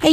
Hey,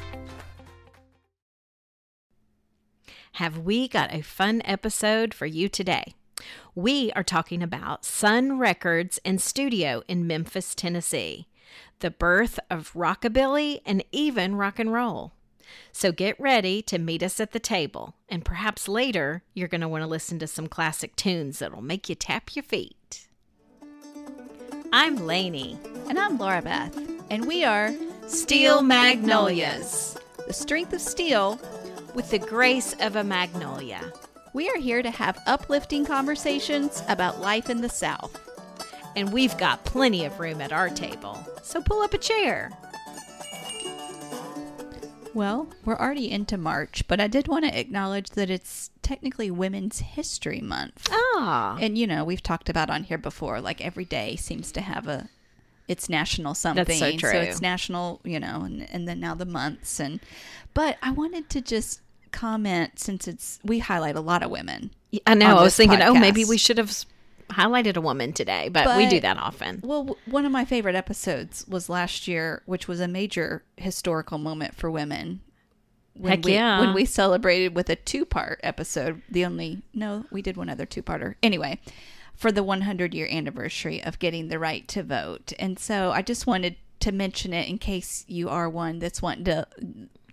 have we got a fun episode for you today. We are talking about Sun Records and Studio in Memphis, Tennessee, the birth of rockabilly and even rock and roll. So get ready to meet us at the table, and perhaps later you're going to want to listen to some classic tunes that'll make you tap your feet. I'm Lainey. And I'm Laura Beth, and we are Steel Magnolias. The strength of steel With the grace of a magnolia. We are here to have uplifting conversations about life in the South. And we've got plenty of room at our table. So pull up a chair. Well, we're already into March, but I did want to acknowledge that it's technically Women's History Month. Ah. And you know, we've talked about on here before, like every day seems to have a it's national something. true. it's national, you know, and, and then now the months and but I wanted to just comment since it's we highlight a lot of women. I know. on I this was thinking, oh, maybe podcast. we should have s- highlighted a woman today, but, we do But- that often. Well, w- one of my favorite episodes was last year, which was a major historical moment for women. When Heck we, yeah. When we celebrated with a two part episode, the only, no, we did one other two parter. Anyway, for the 100 year anniversary of getting the right to vote. And so I just wanted to mention it in case you are one that's wanting to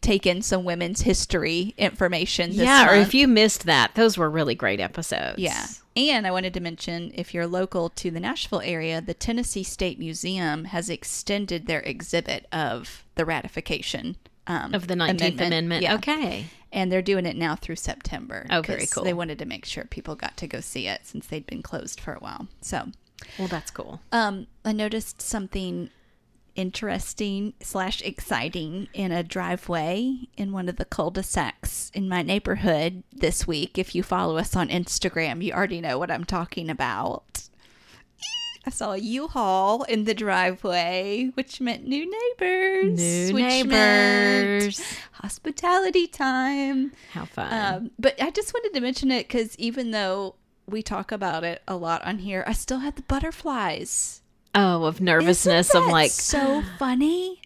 take in some women's history information. This Yeah, or month. if you missed that, those were really great episodes. Yeah. And I wanted to mention if you're local to the Nashville area, the Tennessee State Museum has extended their exhibit of the ratification um, Of the 19th Amendment. Yeah. Okay. And they're doing it now through September. Oh, very 'cause cool. They wanted to make sure people got to go see it since they'd been closed for a while. So Well, that's cool. um, I noticed something interesting slash exciting in a driveway in one of the cul-de-sacs in my neighborhood this week. If you follow us on Instagram, you already know what I'm talking about. I saw a U-Haul in the driveway, which meant new neighbors. New which meant neighbors. Uh, hospitality time. How fun. Um, but I just wanted to mention it because even though we talk about it a lot on here, I still had the butterflies. oh, of Isn't nervousness. of that like, so funny.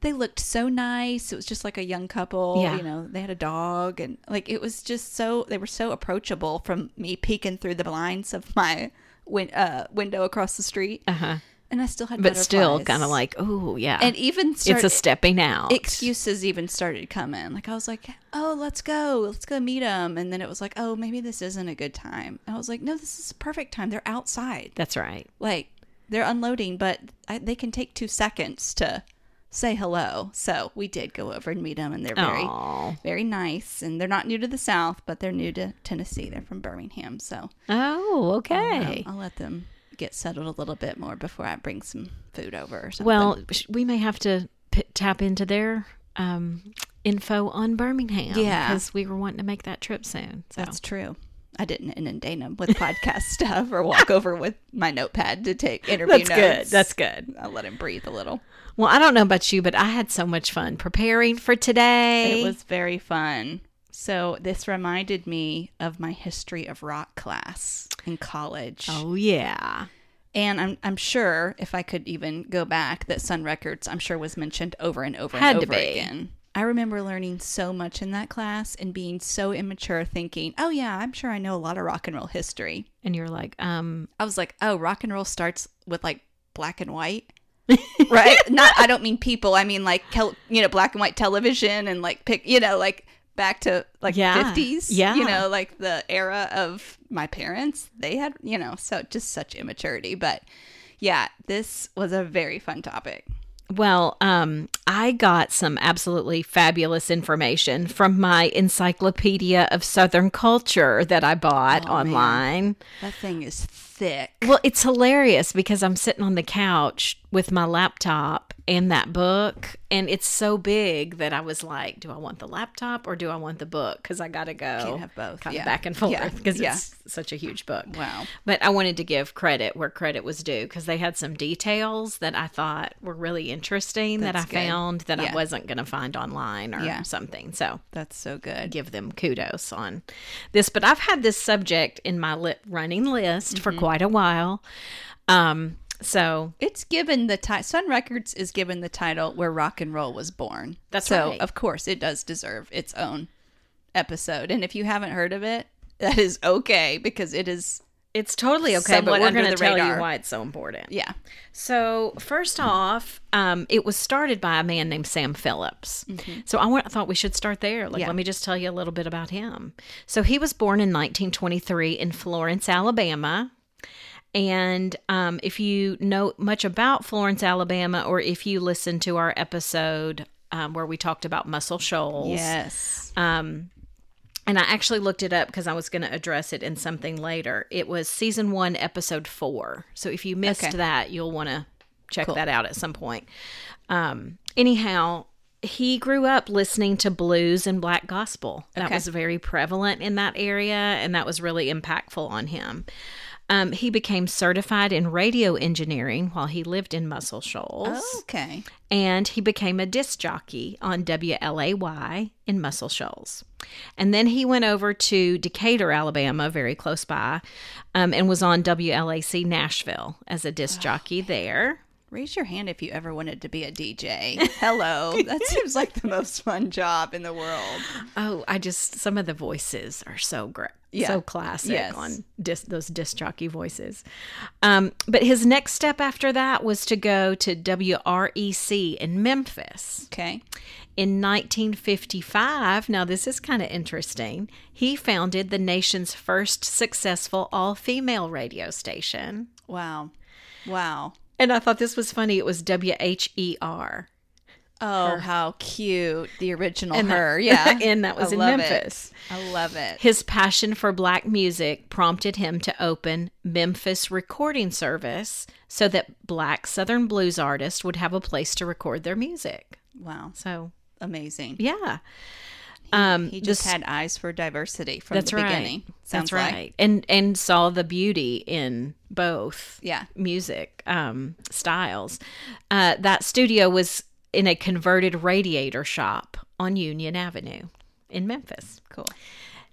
They looked so nice. It was just like a young couple. Yeah. You know, they had a dog, and like it was just so they were so approachable from me peeking through the blinds of my win- uh, window across the street, uh huh. and I still had But still butterflies. kind of like, oh, yeah. and even it's started, a stepping out. excuses even started coming. Like I was like, oh, let's go, let's go meet them, and then it was like, oh, maybe this isn't a good time. And I was like, no, this is a perfect time. They're outside That's right. like they're unloading, but I, they can take two seconds to say hello. So we did go over and meet them, and they're very, Aw. very nice. And they're not new to the South, but they're new to Tennessee. They're from Birmingham, so Oh, um, okay. I'll let them get settled a little bit more before I bring some food over or something. well, sh- we may have to p- tap into their um, info on Birmingham. Yeah. Because we were wanting to make that trip soon. So. that's true. I didn't inundate them with podcast stuff or walk over with my notepad to take interview That's notes. good. That's good. I let him breathe a little. Well, I don't know about you, but I had so much fun preparing for today. It was very fun. So this reminded me of my history of rock class in college. Oh yeah. And I'm I'm sure if I could even go back that Sun Records I'm sure was mentioned over and over Had and to over be. again. I remember learning so much in that class and being so immature thinking, "Oh yeah, I'm sure I know a lot of rock and roll history." And you're like, um, I was like, "Oh, rock and roll starts with like black and white." right? Not I don't mean people. I mean like tel- you know, black and white television and like pick, you know, like back to like Yeah. 50s. Yeah. You know, like the era of my parents. They had, you know, so just such immaturity. But yeah, this was a very fun topic. Well, um, I got some absolutely fabulous information from my Encyclopedia of Southern Culture that I Oh, bought online. That thing is thick. Well, it's hilarious because I'm sitting on the couch with my laptop and that book, and it's so big that I was like, "Do I want the laptop or do I want the book?" Because I gotta go Can't have both. kind Yeah. of back and Yeah. forth because Yeah. it's such a huge book. Wow. But I wanted to give credit where credit was due because they had some details that I thought were really interesting that I That's good. found that Yeah. I wasn't going to find online or Yeah. something. So That's so good. give them kudos on this. But I've had this subject in my lip running list for quite a while. Um, so It's given the title, Sun Records is given the title Where Rock and Roll Was Born. That's so, right. of course, it does deserve its own episode. And if you haven't heard of it, that is okay because it is, it's totally okay, Somewhat but we're under going to the tell radar. you why it's so important. yeah. So first Mm-hmm. off, um, it was started by a man named Sam Phillips. So I, want, I thought we should start there. Like, Mm-hmm. Yeah. let me just tell you a little bit about him. So he was born in 1923 in Florence, Alabama. And um, if you know much about Florence, Alabama, or if you listen to our episode um, where we talked about Muscle Shoals, Yes. and I actually looked it up because I was going to address it in something later. It was season one, episode four. So if you missed Okay. that, you'll want to check that out at some point. Um, anyhow, he grew up listening to blues and black gospel. That Okay. was very prevalent in that area, and that was really impactful on him. Um, he became certified in radio engineering while he lived in Muscle Shoals okay. and he became a disc jockey on WLAY in Muscle Shoals. And then he went over to Decatur, Alabama, very close by, um, and was on WLAC Nashville as a disc jockey there. Raise your hand if you ever wanted to be a DJ. Hello. that seems like the most fun job in the world. Oh, I just some of the voices are so great. Yeah. So classic Yes. on dis- those disc jockey voices. Um, but his next step after that was to go to WREC in Memphis. Okay. In 1955, now this is kind of interesting, he founded the nation's first successful all female radio station. Wow. Wow. And I thought this was funny. It was E WHER. Oh, how cute. The original that- her. yeah. and that was I in love Memphis. It. I love it. His passion for black music prompted him to open Memphis Recording Service so that black Southern blues artists would have a place to record their music. Wow. So, Amazing. yeah. Um, He the just had eyes for diversity from the beginning. Sounds That's like. right. And and saw the beauty in both Yeah. music um, styles. Uh, that studio was in a converted radiator shop on Union Avenue in Memphis. Cool.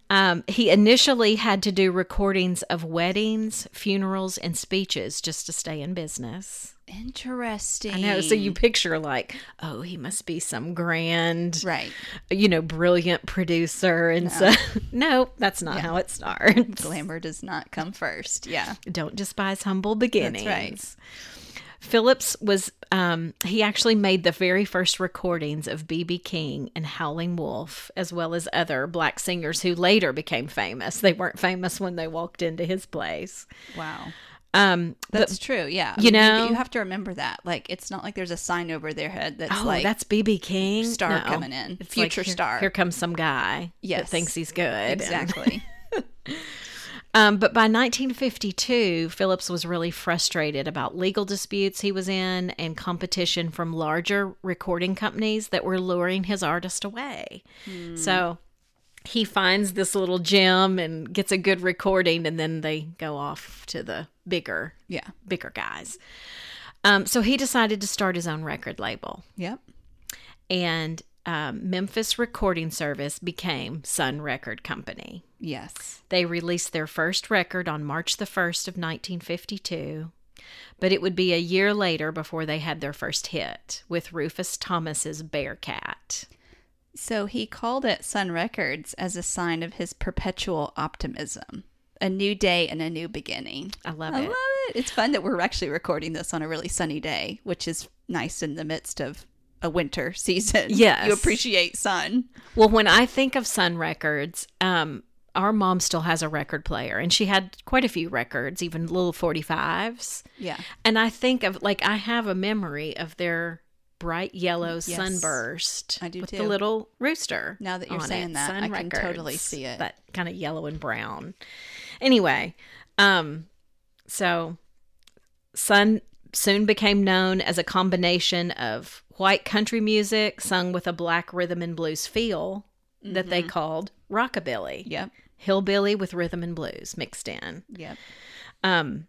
Um, he initially had to do recordings of weddings, funerals, and speeches just to stay in business. Interesting. I know. So you picture like, oh, he must be some grand Right. you know, brilliant producer. And so, no, that's not how it starts. Glamour does not come first. Yeah. Don't despise humble beginnings. right. Phillips was, um, he actually made the very first recordings of B.B. King and Howling Wolf, as well as other black singers who later became famous. They weren't famous when they walked into his place. Wow. Um, That's true. Yeah. I you mean, know- you have to remember that. Like, it's not like there's a sign over their head that's oh, like, that's B.B. King. star coming in. It's like, Future here- star. Here comes some guy that Yes. thinks he's good. and- exactly. Um, but by 1952, Phillips was really frustrated about legal disputes he was in and competition from larger recording companies that were luring his artist away. So he finds this little gem and gets a good recording, and then they go off to the bigger, yeah. bigger guys. Um, so he decided to start his own record label, Yep. and um, Memphis Recording Service became Sun Record Company. Yes. They released their first record on March the 1st of 1952, but it would be a year later before they had their first hit with Rufus Thomas's Bearcat. So he called it Sun Records as a sign of his perpetual optimism. A new day and a new beginning. I love I it. love it. It's fun that we're actually recording this on a really sunny day, which is nice in the midst of a winter season. Yes. You appreciate sun. Well, when I think of Sun Records, um, our mom still has a record player, and she had quite a few records, even little 45s. Yeah. And I think of, like, I have a memory of their bright yellow sunburst I do with too. the little rooster. Now that you're on saying it, that, Sun I can totally see it. That kind of yellow and brown. Anyway, um, so Sun soon became known as a combination of white country music sung with a black rhythm and blues feel that Mm-hmm. they called rockabilly, Yep. hillbilly with rhythm and blues mixed in. Yep. Um,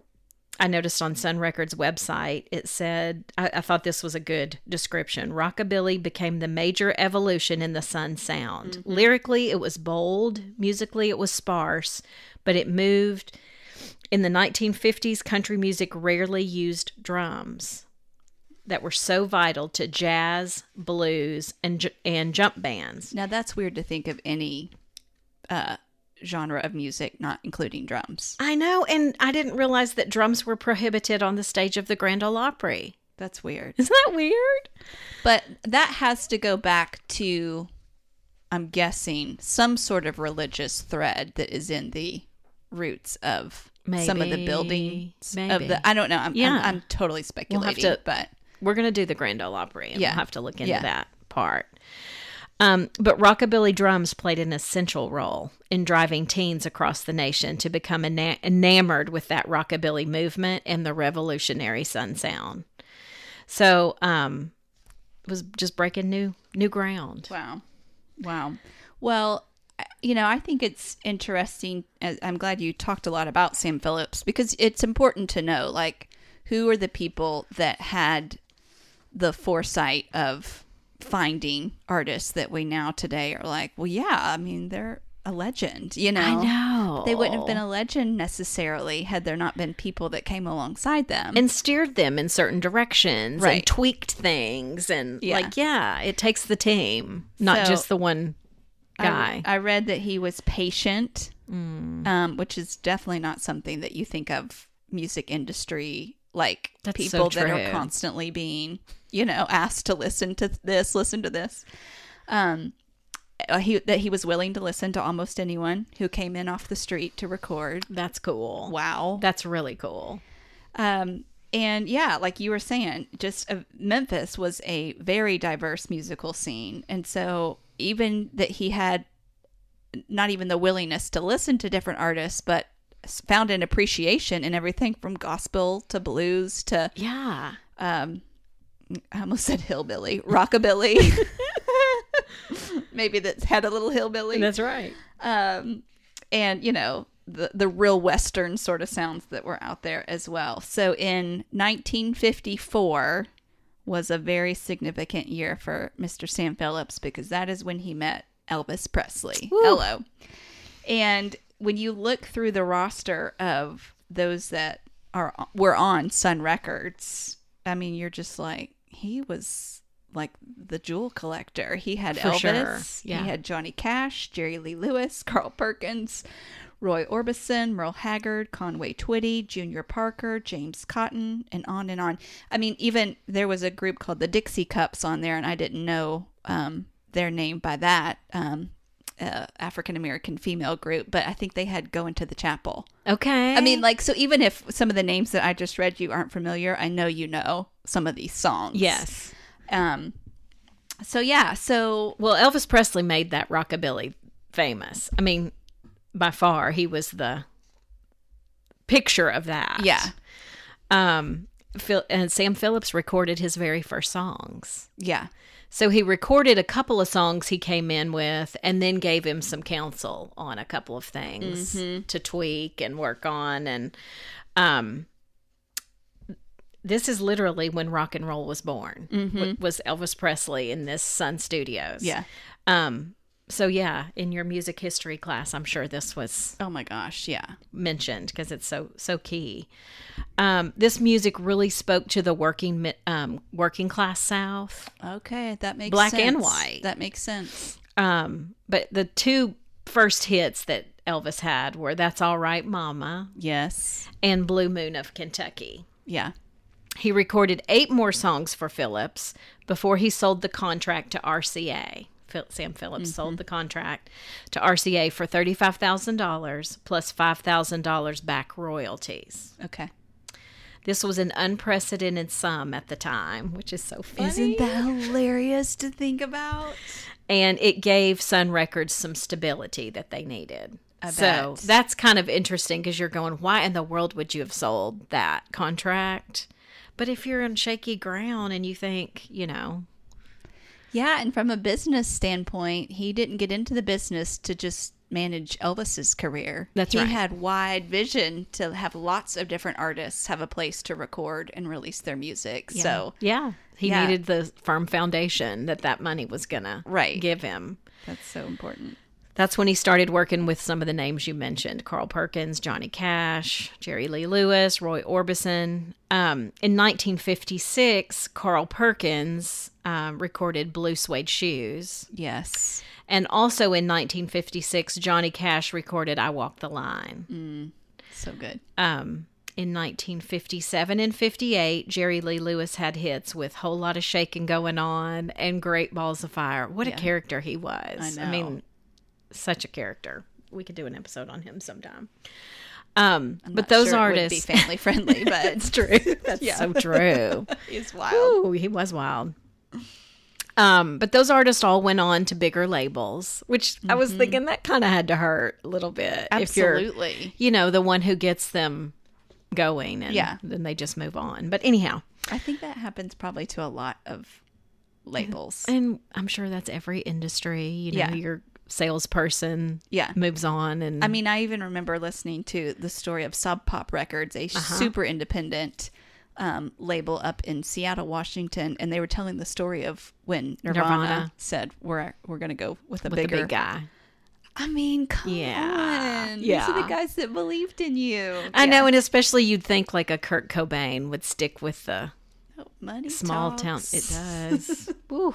I noticed on Sun Records' website, it said, I, I thought this was a good description. Rockabilly became the major evolution in the Sun sound. Lyrically, it was bold, musically, it was sparse, but it moved. In the 1950s, country music rarely used drums that were so vital to jazz, blues, and, ju- and jump bands. Now that's weird to think of any uh, genre of music not including drums. I know, and I didn't realize that drums were prohibited on the stage of the Grand Ole Opry. That's weird. Isn't that weird? But that has to go back to, I'm guessing, some sort of religious thread that is in the roots of some of the Maybe. buildings of Maybe. the. I don't know. I'm Yeah. I'm, I'm totally speculating, to- but We're going to do the Grand Ole Opry and Yeah. we'll have to look into Yeah. that part. Um, but rockabilly drums played an essential role in driving teens across the nation to become ena- enamored with that rockabilly movement and the revolutionary sun sound. So, um, was just breaking new new ground. Wow. Wow. Well, I- you know, I think it's interesting. as- I'm glad you talked a lot about Sam Phillips because it's important to know like who are the people that had the foresight of finding artists that we now today are like, well, yeah, I mean, they're a legend, you know. know. They wouldn't have been a legend necessarily had there not been people that came alongside them. and steered them in certain directions Right. and tweaked things and Yeah. like yeah it takes the team not So- just the one I- guy Mm. I, read that he was patient, um, which is definitely not something that you think of music industry like That's people so that true. are constantly being, you know, asked to listen to this, listen to this. Um, uh, he that he was willing to listen to almost anyone who came in off the street to record. that's cool Wow. That's really cool. Um, and yeah, like you were saying, just uh, Memphis was a very diverse musical scene. And so even that he had not even the willingness to listen to different artists, but s- found an appreciation in everything from gospel to blues to Yeah. I almost said hillbilly, rockabilly. Maybe that's had a little hillbilly. right. um, and you know the the real western sort of sounds that were out there as well. So in 1954 was a very significant year for Mr. Sam Phillips because that is when he met Elvis Presley. Hello. And when you look through the roster of those that are were on Sun Records, I mean, you're just like he was like the jewel collector. He had For Elvis, sure. Yeah. he had Johnny Cash, Jerry Lee Lewis, Carl Perkins, Roy Orbison, Merle Haggard, Conway Twitty, Junior Parker, James Cotton, and on and on. I mean, even there was a group called the Dixie Cups on there, and I didn't know um, their name by that. Um, uh, African American female group, but I think they had Go Into the Chapel. Okay. I mean, like, so even if some of the names that I just read you aren't familiar, I know you know some of these songs. yes. Um, so, yeah. So, Well, Elvis Presley made that rockabilly famous. I mean, by far, he was the picture of that. yeah. Um, Phil- and Sam Phillips recorded his very first songs. Yeah. So he recorded a couple of songs he came in with and then gave him some counsel on a couple of things to tweak and work on and um this is literally when rock and roll was born. w- was Elvis Presley in this Sun Studios. Yeah. Um so yeah, in your music history class, I'm sure this was Oh my gosh. Yeah. mentioned because it's so so key. Um, this music really spoke to the working mi- um, working class South. Okay. That makes Black and sense. white. That makes sense. Um, but the two first hits that Elvis had were "That's All Right, Mama" Yes. and "Blue Moon of Kentucky." Yeah. He recorded eight more songs for Phillips before he sold the contract to RCA. Phil- Sam Phillips sold the contract to RCA for $35,000 plus $5,000 back royalties. Okay. This was an unprecedented sum at the time, which is so funny. Isn't that hilarious to think about? and it gave Sun Records some stability that they needed. So bet. that's kind of interesting because you're going, why in the world would you have sold that contract? But if you're on shaky ground and you think, you know, Yeah, and from a business standpoint, he didn't get into the business to just manage Elvis's career. That's he right. had wide vision to have lots of different artists have a place to record and release their music. So yeah, he Oh. Yeah. needed the firm foundation that that money was gonna Right. give him. that's so important. That's when he started working with some of the names you mentioned Carl Perkins, Johnny Cash, Jerry Lee Lewis, Roy Orbison. Um, in 1956, Carl Perkins um, recorded Blue Suede Shoes. Yes. And also in 1956, Johnny Cash recorded I Walk the Line. So good. Um, in 1957 and 58, Jerry Lee Lewis had hits with Whole Lot of Shaking Going On and Great Balls of Fire. What a character he was. I know. mean, such a character. We could do an episode on him sometime. Um, but those sure it would artists. be family friendly, but it's true. That's so true. it's wild. Ooh, he was wild. Um, but those artists all went on to bigger labels, which I was thinking that kind of had to hurt a little bit. If you're, Mm-hmm. Absolutely. you know, the one who gets them going and Yeah. then they just move on. But anyhow, I think that happens probably to a lot of labels. and I'm sure that's every industry, you know, Yeah. your salesperson Yeah. moves on and I mean, I even remember listening to the story of Sub Pop Records, a Uh-huh. super independent um, label up in Seattle, Washington, and they were telling the story of when Nirvana, Nirvana. said, "We're we're gonna go with a with bigger the big guy. I mean, come Yeah. on, these are Yeah. the guys that believed in you. I know, and especially you'd think like a Kurt Cobain would stick with the Oh, money small talks. town it does Woo.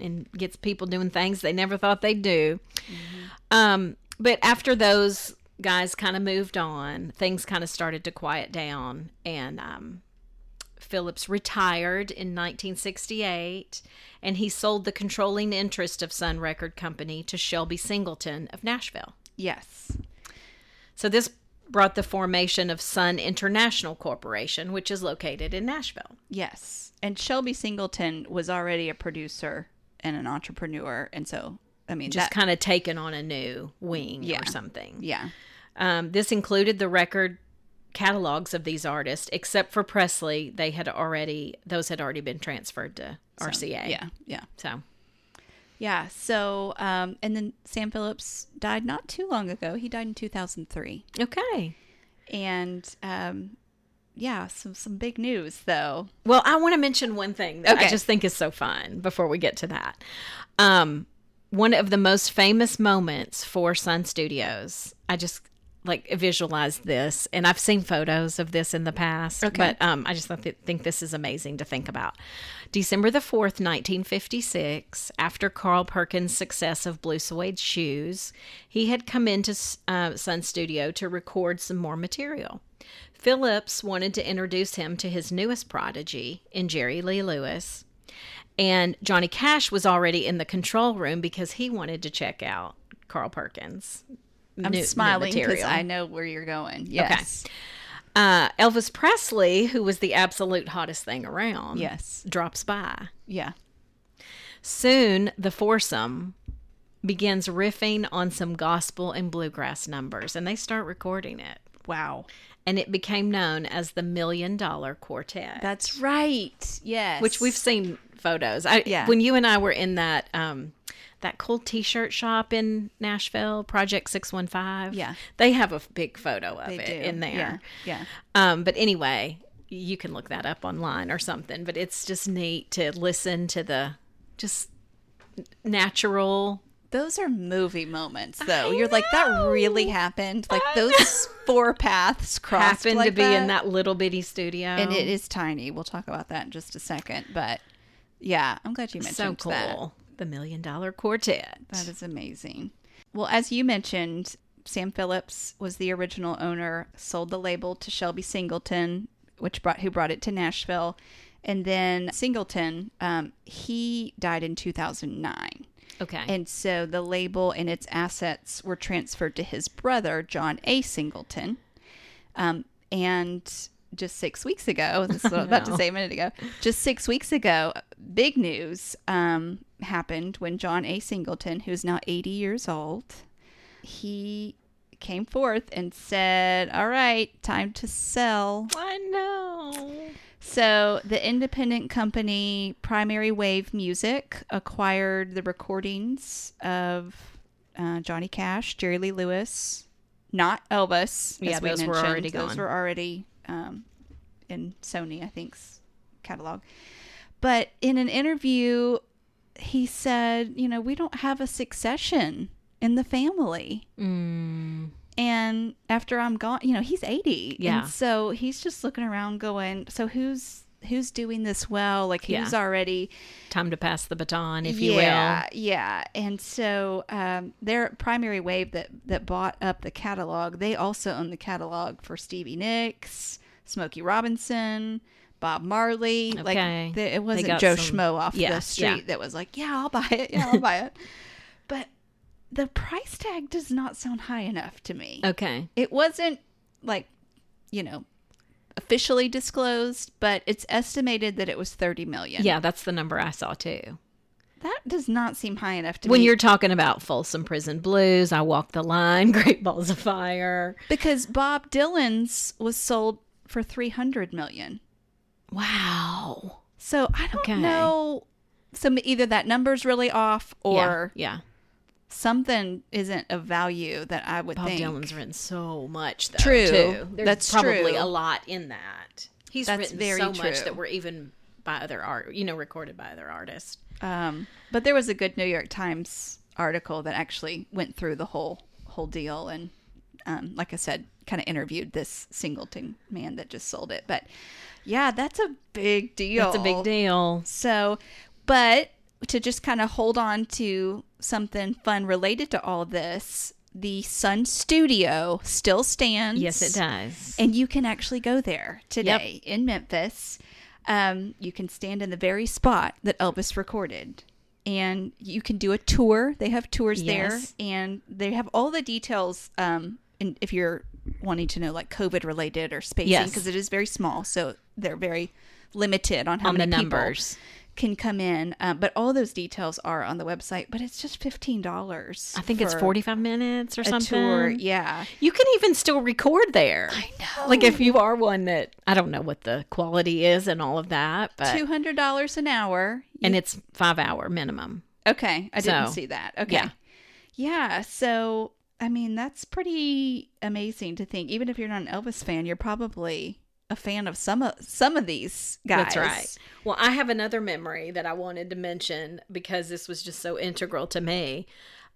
and gets people doing things they never thought they'd do um but after those guys kind of moved on things kind of started to quiet down and um Phillips retired in 1968 and he sold the controlling interest of Sun Record Company to Shelby Singleton of Nashville. Yes, So this brought the formation of Sun International Corporation, which is located in Nashville. yes. And Shelby Singleton was already a producer and an entrepreneur, and so I mean, just that, kind of taken on a new wing Yeah. or something. yeah, Um, this included the record catalogs of these artists, except for Presley. They had already those had already been transferred to RCA. yeah, yeah. So Yeah. So, um, and then Sam Phillips died not too long ago. He died in 2003. okay. And um, yeah, some some big news though. Well, I want to mention one thing that I Okay. just think is so fun before we get to that. Um, one of the most famous moments for Sun Studios, I just like visualized this, and I've seen photos of this in the past, but um, I just thought that- think this is amazing to think about. December the 4th, 1956, after Carl Perkins' success of Blue Suede Shoes, he had come into uh, Sun Studio to record some more material. Phillips wanted to introduce him to his newest prodigy in Jerry Lee Lewis. And Johnny Cash was already in the control room because he wanted to check out Carl Perkins. I'm new- new smiling because material. I know where you're going. Yes. Uh, Elvis Presley, who was the absolute hottest thing around, Yes. drops by. Yeah. Soon, the foursome begins riffing on some gospel and bluegrass numbers, and they start recording it. Wow. And it became known as the Million Dollar Quartet. That's right. Yes. which we've seen photos. I Yeah. when you and I were in that um that cool t-shirt shop in Nashville, Project 615. Yeah. They have a f- big photo of They it do. in there. Yeah. yeah. Um but anyway, you can look that up online or something, but it's just neat to listen to the just natural Those are movie moments though. you're like that really happened. Like those four paths crossed happened to like be in that little bitty studio. and it is tiny. We'll talk about that in just a second, but yeah, I'm glad you mentioned so cool. that. The Million Dollar Quartet. That is amazing. Well, as you mentioned, Sam Phillips was the original owner, sold the label to Shelby Singleton, which brought who brought it to Nashville, and then Singleton. Um, he died in 2009. Okay. And so the label and its assets were transferred to his brother, John A. Singleton. Um, and just six weeks ago, this is what I was about to No. say a minute ago, just six weeks ago, big news um, happened when John A. Singleton, who's now 80 years old, he came forth and said, All right, time to sell. I know. So the independent company Primary Wave Music acquired the recordings of uh, Johnny Cash, Jerry Lee Lewis, not Elvis. as Yeah, we those were mentioned. already Those gone. were already um, in Sony, I think's catalog. But in an interview, he said, "You know, we don't have a succession in the family." Mm. and after I'm gone, you know, he's 80. Yeah. And so he's just looking around going, so who's who's doing this well? Like Yeah. who's already Time to pass the baton, if you yeah, Yeah. And so um, their primary wave that that bought up the catalog, they also own the catalog for Stevie Nicks, Smokey Robinson, Bob Marley. Okay. Like the, it got wasn't Joe some- Schmo off yeah, yeah. the street that was like, yeah, I'll buy it. Yeah, I'll buy it. But the price tag does not sound high enough to me will. Okay. it wasn't like you know officially disclosed but it's estimated that it was 30 million Yeah, that's the number I saw too. that does not seem high enough to When me you're talking about Folsom Prison Blues, I Walk the Line, Great Balls of Fire. because bob dylan's was sold for 300 million Wow. so i don't Okay. know so either that number's really off or yeah, yeah. something isn't of value that i would Bob think Dylan's written so much. Though, True. too. There's That's probably true. a lot in that. He's That's written very so much true. that were even by other art, you know, recorded by other artists. Um, but there was a good New York Times article that actually went through the whole whole deal and, um, like I said, kind of interviewed this Singleton man that just sold it. But yeah, that's a big deal. That's a big deal. So, but to just kind of hold on to something fun related to all this, the Sun Studio still stands. Yes, it does. And you can actually go there today in Memphis. Um, you can stand in the very spot that Elvis recorded. And you can do a tour. They have tours Yes. there. And they have all the details um, in, if you're wanting to know, like COVID related or spacing, Yes. because it is very small. So they're very limited on how On the many people numbers. can come in. Um, but all those details are on the website. But it's just $15. I think it's for 45 minutes or a something. tour. Yeah. You can even still record there. I know. Like if you are one that I don't know what the quality is and all of that, but two hundred dollars an hour. and it's five hour minimum. Okay, I didn't So, see that. Okay, yeah. yeah. So I mean, that's pretty amazing to think. Even if you're not an Elvis fan, you're probably a fan of some of some of these guys. That's right. Well, I have another memory that I wanted to mention because this was just so integral to me.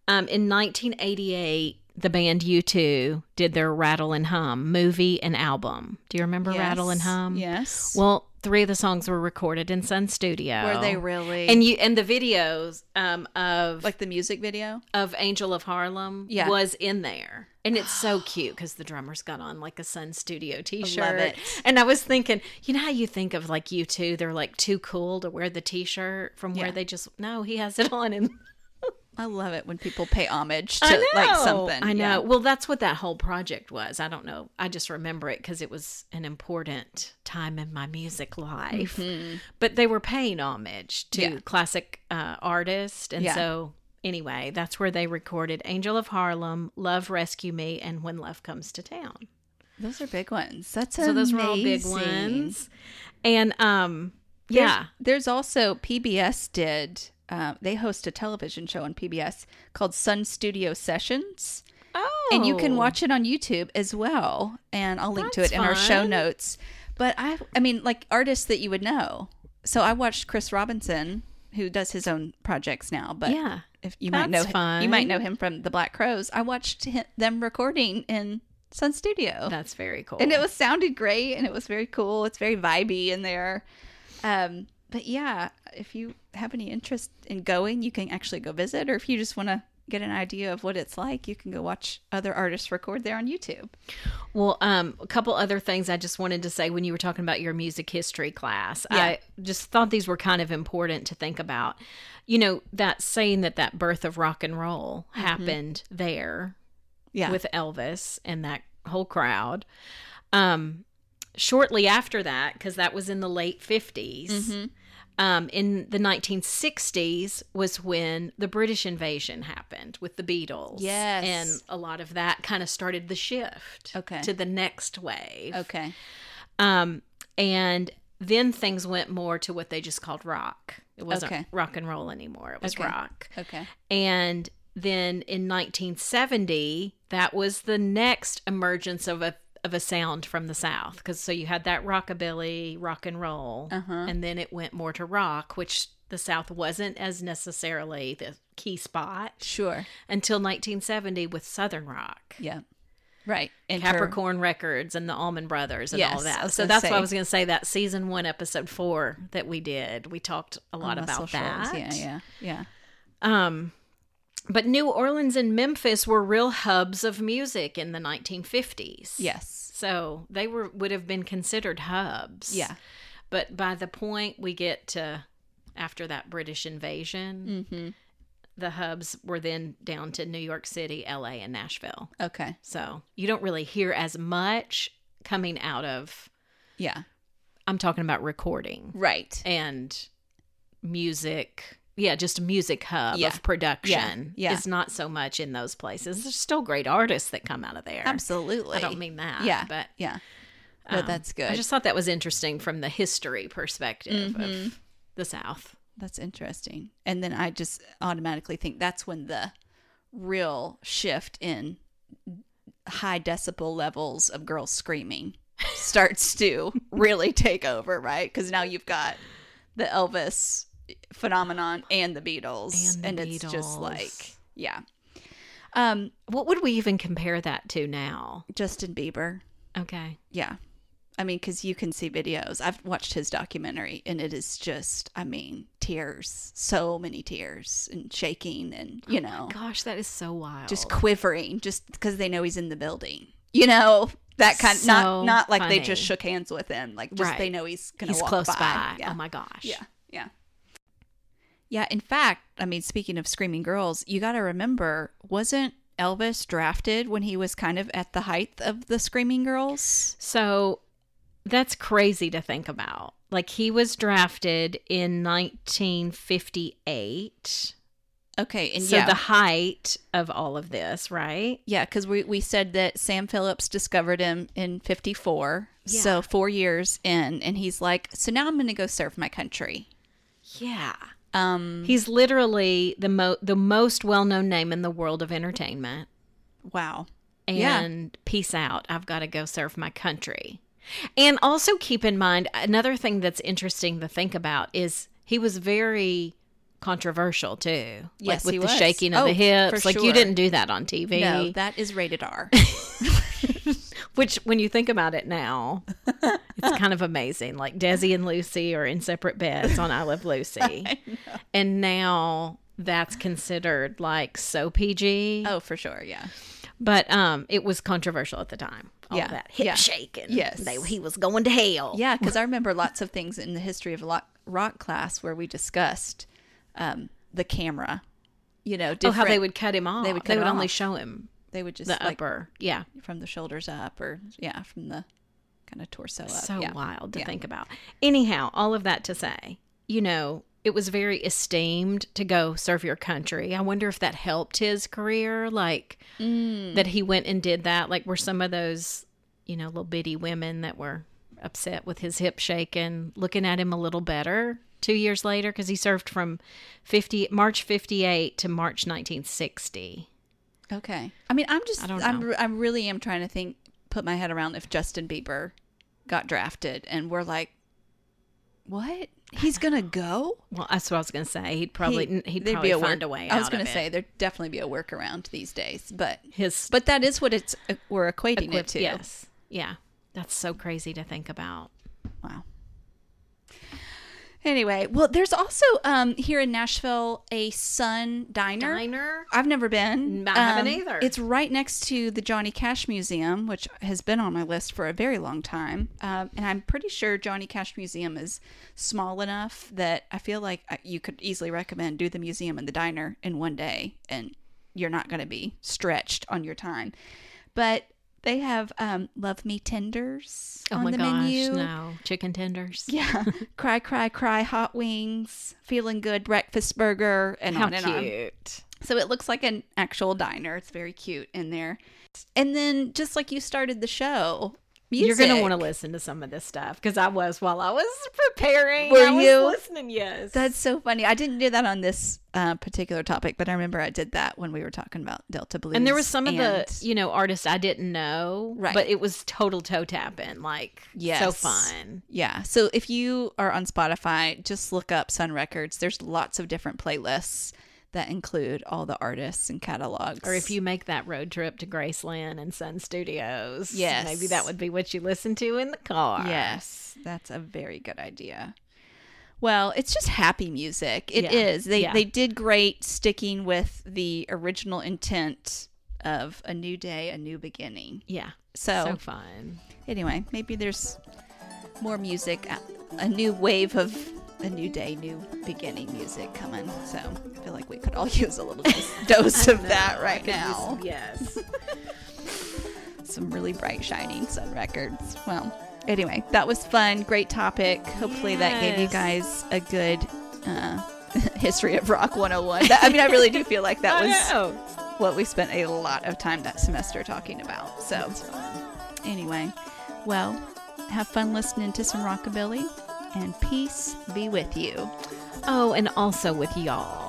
Um, in 1988, the band U2 did their Rattle and Hum movie and album. Do you remember Yes, Rattle and Hum? Yes. Well, three of the songs were recorded in Sun Studio. were they really? And you and the videos um, of like the music video? of Angel of Harlem Yeah. was in there. And it's so cute because the drummer's got on like a Sun Studio t shirt. it. And I was thinking, you know how you think of like you two, they're like too cool to wear the t shirt from where Yeah. they just, no, he has it on. And I love it when people pay homage I to like know, something. I know. Yeah. Well, that's what that whole project was. I don't know. I just remember it because it was an important time in my music life. But they were paying homage to Mm-hmm. Yeah. classic uh, artists, and Yeah. so anyway, that's where they recorded "Angel of Harlem," "Love Rescue Me," and "When Love Comes to Town." Those are big ones. That's So those were all big amazing. ones. And um, There's- yeah, There's also PBS did. Uh, they host a television show on PBS called Sun Studio Sessions, oh, and you can watch it on YouTube as well. And I'll link to That's it in our show fun. notes. But I, I mean, like artists that you would know. So I watched Chris Robinson, who does his own projects now. But Yeah, if you might know, That's him, you might fun. know him from The Black Crows. I watched him, them recording in Sun Studio that's very cool. and it was sounded great and it was very cool it's very vibey in there um but yeah if you have any interest in going you can actually go visit or if you just want to get an idea of what it's like, you can go watch other artists record there on YouTube. Well, um, a couple other things I just wanted to say when you were talking about your music history class. Yeah. I just thought these were kind of important to think about. You know, that saying that that birth of rock and roll happened there Mm-hmm. Yeah. with Elvis and that whole crowd. Um, shortly after that, because that was in the late 50s, Mhm. um, in the 1960s was when the British invasion happened with the Beatles. Yes. And a lot of that kind of started the shift Okay. to the next wave. Okay. Um, and then things went more to what they just called rock. It wasn't Okay. rock and roll anymore, it was Okay. rock. Okay. And then in 1970, that was the next emergence of a of a sound from the South, because so you had that rockabilly, rock and roll, Uh-huh. and then it went more to rock, which the South wasn't as necessarily the key spot Sure. until 1970 with Southern rock. Yeah. Right. And her- Capricorn Records and the Allman Brothers and all Yes, I that. was So gonna that's say. why I was going to say that season one, episode four that we did, we talked a lot on about Muscle that. Shoals. Yeah. Yeah. Yeah. Um, but New Orleans and Memphis were real hubs of music in the 1950s. Yes. So they were would have been considered hubs. Yeah. But by the point we get to after that British invasion, Mm-hmm. the hubs were then down to New York City, LA, and Nashville. Okay. So you don't really hear as much coming out of Yeah. I'm talking about recording Right. and music. Yeah, just a music hub Yeah. of production. Yeah. Yeah. It's not so much in those places. There's still great artists that come out of there. Absolutely. I don't mean that. Yeah. But, yeah. But um, that's good. I just thought that was interesting from the history perspective Mhm. of the South. That's interesting. And then I just automatically think that's when the real shift in high decibel levels of girls screaming starts to really take over, right? Because now you've got the Elvis phenomenon and the Beatles. And And, the it's just Beatles. like, yeah. Um, What would we even compare that to now? Justin Bieber. Okay. Yeah. I mean, because you can see videos. I've watched his documentary and it is just, I mean, tears, so many tears and shaking and, Oh you know, Gosh, that is so wild. Oh. just quivering just because they know he's in the building, you know, that kind not, So not like they just funny. shook hands with him. Like just Right. they know he's going to he's walk close by. Yeah. Oh my gosh. Yeah. Yeah. Yeah. In fact, I mean, speaking of screaming girls, you got to remember, wasn't Elvis drafted when he was kind of at the height of the screaming girls? So that's crazy to think about. Like he was drafted in 1958. Okay. And so yeah. the height of all of this, right? Yeah, because we, we said that Sam Phillips discovered him in 54. Yeah. So four years in. And he's like, so now I'm going to go serve my country. Yeah. Um, He's literally the mo- the most well-known name in the world of entertainment. wow. And Yeah. peace out. I've got to go serve my country. And also keep in mind another thing that's interesting to think about is he was very controversial too. Yes, like with he the was. shaking of Oh, the hips. for Like sure. you didn't do that on TV. No, that is rated R. Which, when you think about it now, it's kind of amazing. Like Desi and Lucy are in separate beds on I Love Lucy. And now that's considered like so PG. oh, for sure. Yeah. But um, it was controversial at the time. All Yeah. that hip Yeah. shaking. Yes. They, he was going to hell. Yeah, because I remember lots of things in the history of lock, rock class where we discussed um, the camera. You know, Oh, different, how they would cut him off. They would would, cut him only off. show him they would just the like upper. Yeah. from the shoulders up or, yeah, from the kind of torso up. So yeah. wild to Yeah. think about. Anyhow, all of that to say, you know, it was very esteemed to go serve your country. I wonder if that helped his career, like Mm. that he went and did that. Like, were some of those, you know, little bitty women that were upset with his hip shaking looking at him a little better two years later? Because he served from 50, March 58 to March 1960. Okay. I mean, I'm just, I don't I'm, know. re- I'm really am trying to think, put my head around if Justin Bieber got drafted and we're like, what? He's going to go? Well, that's what I was going to say. He'd probably, he, would there'd probably work- find a way I was out of gonna it. say, there'd definitely be a workaround these days, but, His but that is what it's, uh, we're equating it Equip- to. Yes. Yeah. That's so crazy to think about. Wow. Anyway, well, there's also um, here in Nashville a Sun Diner. Diner. I've never been. Um, I haven't either. It's right next to the Johnny Cash Museum, which has been on my list for a very long time. Um, and I'm pretty sure Johnny Cash Museum is small enough that I feel like I- you could easily recommend do the museum and the diner in one day, and you're not going to be stretched on your time. But they have um, Love Me Tenders Oh on my the gosh, menu. no. Chicken tenders. Yeah. cry, cry, cry, hot wings, feeling good, breakfast burger, and How on and on. cute. So it looks like an actual diner. It's very cute in there. And then just like you started the show, music. You're going to want to listen to some of this stuff because I was while I was preparing. Were I was you? listening? Yes. That's so funny. I didn't do that on this uh, particular topic, but I remember I did that when we were talking about Delta Blues. and there was some of the and- you know artists I didn't know, Right. But it was total toe tapping, like so Yes. fun. Yeah. So if you are on Spotify, just look up Sun Records. There's lots of different playlists that include all the artists and catalogs. Or if you make that road trip to Graceland and Sun Studios, Yes. maybe that would be what you listen to in the car. Yes, that's a very good idea. Well, it's just happy music. It Yeah, is. They yeah. they did great sticking with the original intent of a new day, a new beginning. yeah, So, so fun. anyway, maybe there's more music, uh, a new wave of a new day, new beginning music coming. So I feel like we could all use a little dose- dose of that I right could use- now. yes. some really bright shining sun records well anyway that was fun great topic hopefully that gave you Yes. guys a good uh, history of rock 101 That- i mean i really do feel like that I was know. what we spent a lot of time that semester talking about so anyway well have fun listening to some rockabilly and peace be with you Oh, and also with y'all.